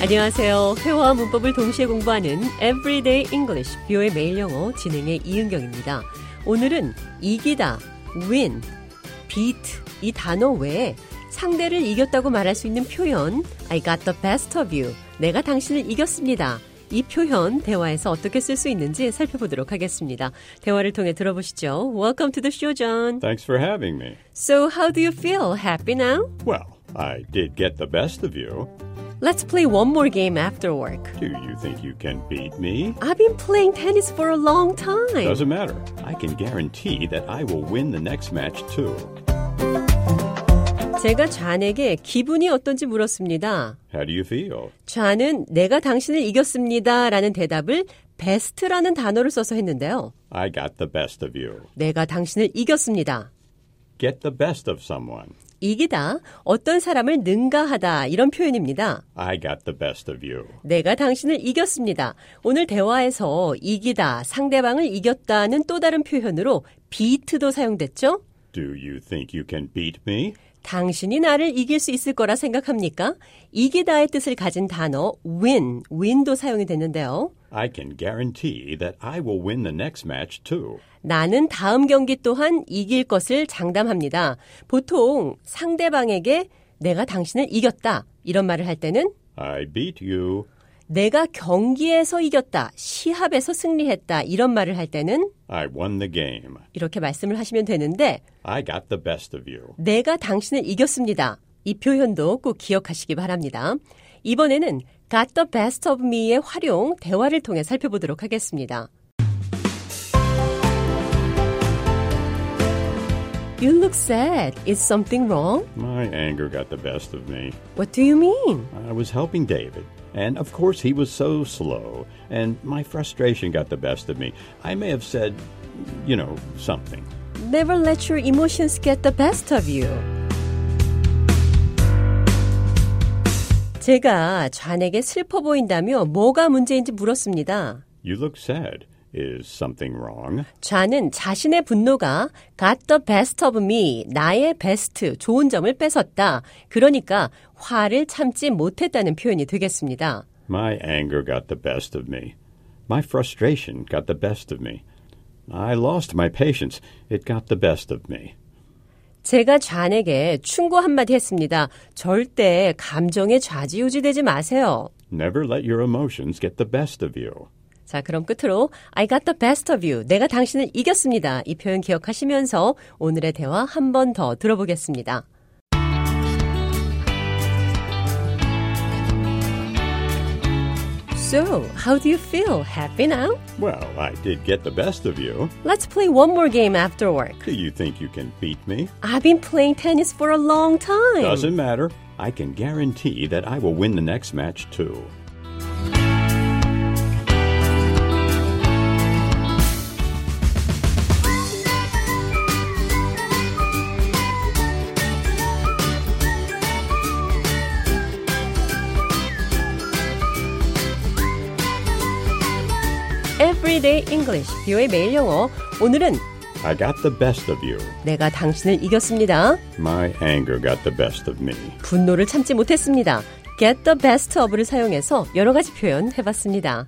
안녕하세요. 회화와 문법을 동시에 공부하는 Everyday English, 뷰의 매일 영어 진행의 이은경입니다. 오늘은 이기다, win, beat 이 단어 외에 상대를 이겼다고 말할 수 있는 표현 I got the best of you, 내가 당신을 이겼습니다. 이 표현 대화에서 어떻게 쓸 수 있는지 살펴보도록 하겠습니다. 대화를 통해 들어보시죠. Welcome to the show, John. Thanks for having me. So how do you feel? Happy now? Well, I did get the best of you. Let's play one more game after work. Do you think you can beat me? I've been playing tennis for a long time. Doesn't matter. I can guarantee that I will win the next match, too. 제가 잔에게 기분이 어떤지 물었습니다. How do you feel? 잔은 내가 당신을 이겼습니다 라는 대답을 best라는 단어를 써서 했는데요. I got the best of you. 내가 당신을 이겼습니다. Get the best of someone. 이기다, 어떤 사람을 능가하다 이런 표현입니다. I got the best of you. 내가 당신을 이겼습니다. 오늘 대화에서 이기다, 상대방을 이겼다는 또 다른 표현으로 beat도 사용됐죠? Do you think you can beat me? 당신이 나를 이길 수 있을 거라 생각합니까? 이기다의 뜻을 가진 단어 win, win도 사용이 됐는데요. I can guarantee that I will win the next match, too. 나는 다음 경기 또한 이길 것을 장담합니다. 보통 상대방에게 내가 당신을 이겼다 이런 말을 할 때는 I beat you. 내가 경기에서 이겼다, 시합에서 승리했다 이런 말을 할 때는 I won the game. 이렇게 말씀을 하시면 되는데 I got the best of you. 내가 당신을 이겼습니다. 이 표현도 꼭 기억하시기 바랍니다. 이번에는 got the best of me의 활용 대화를 통해 살펴보도록 하겠습니다. You look sad. Is something wrong? My anger got the best of me. What do you mean? I was helping David, and of course he was so slow, and my frustration got the best of me. I may have said, you know, something. Never let your emotions get the best of you. 제가 좌에게 슬퍼 보인다며 뭐가 문제인지 물었습니다. You look sad. Is something wrong? 좌는 자신의 분노가 got the best of me, 나의 베스트, 좋은 점을 뺏었다. 그러니까 화를 참지 못했다는 표현이 되겠습니다. My anger got the best of me. My frustration got the best of me. I lost my patience. It got the best of me. 제가 좌에게 충고 한마디 했습니다. 절대 감정에 좌지우지되지 마세요. Never let your emotions get the best of you. 자, 그럼 끝으로 I got the best of you. 내가 당신을 이겼습니다. 이 표현 기억하시면서 오늘의 대화 한 번 더 들어보겠습니다. So, how do you feel? Happy now? Well, I did get the best of you. Let's play one more game after work. Do you think you can beat me? I've been playing tennis for a long time. Doesn't matter. I can guarantee that I will win the next match, too. Everyday English, 뷰의 매일 영어. 오늘은 I got the best of you. 내가 당신을 이겼습니다. My anger got the best of me. 분노를 참지 못했습니다. Get the best of를 사용해서 여러 가지 표현 해봤습니다.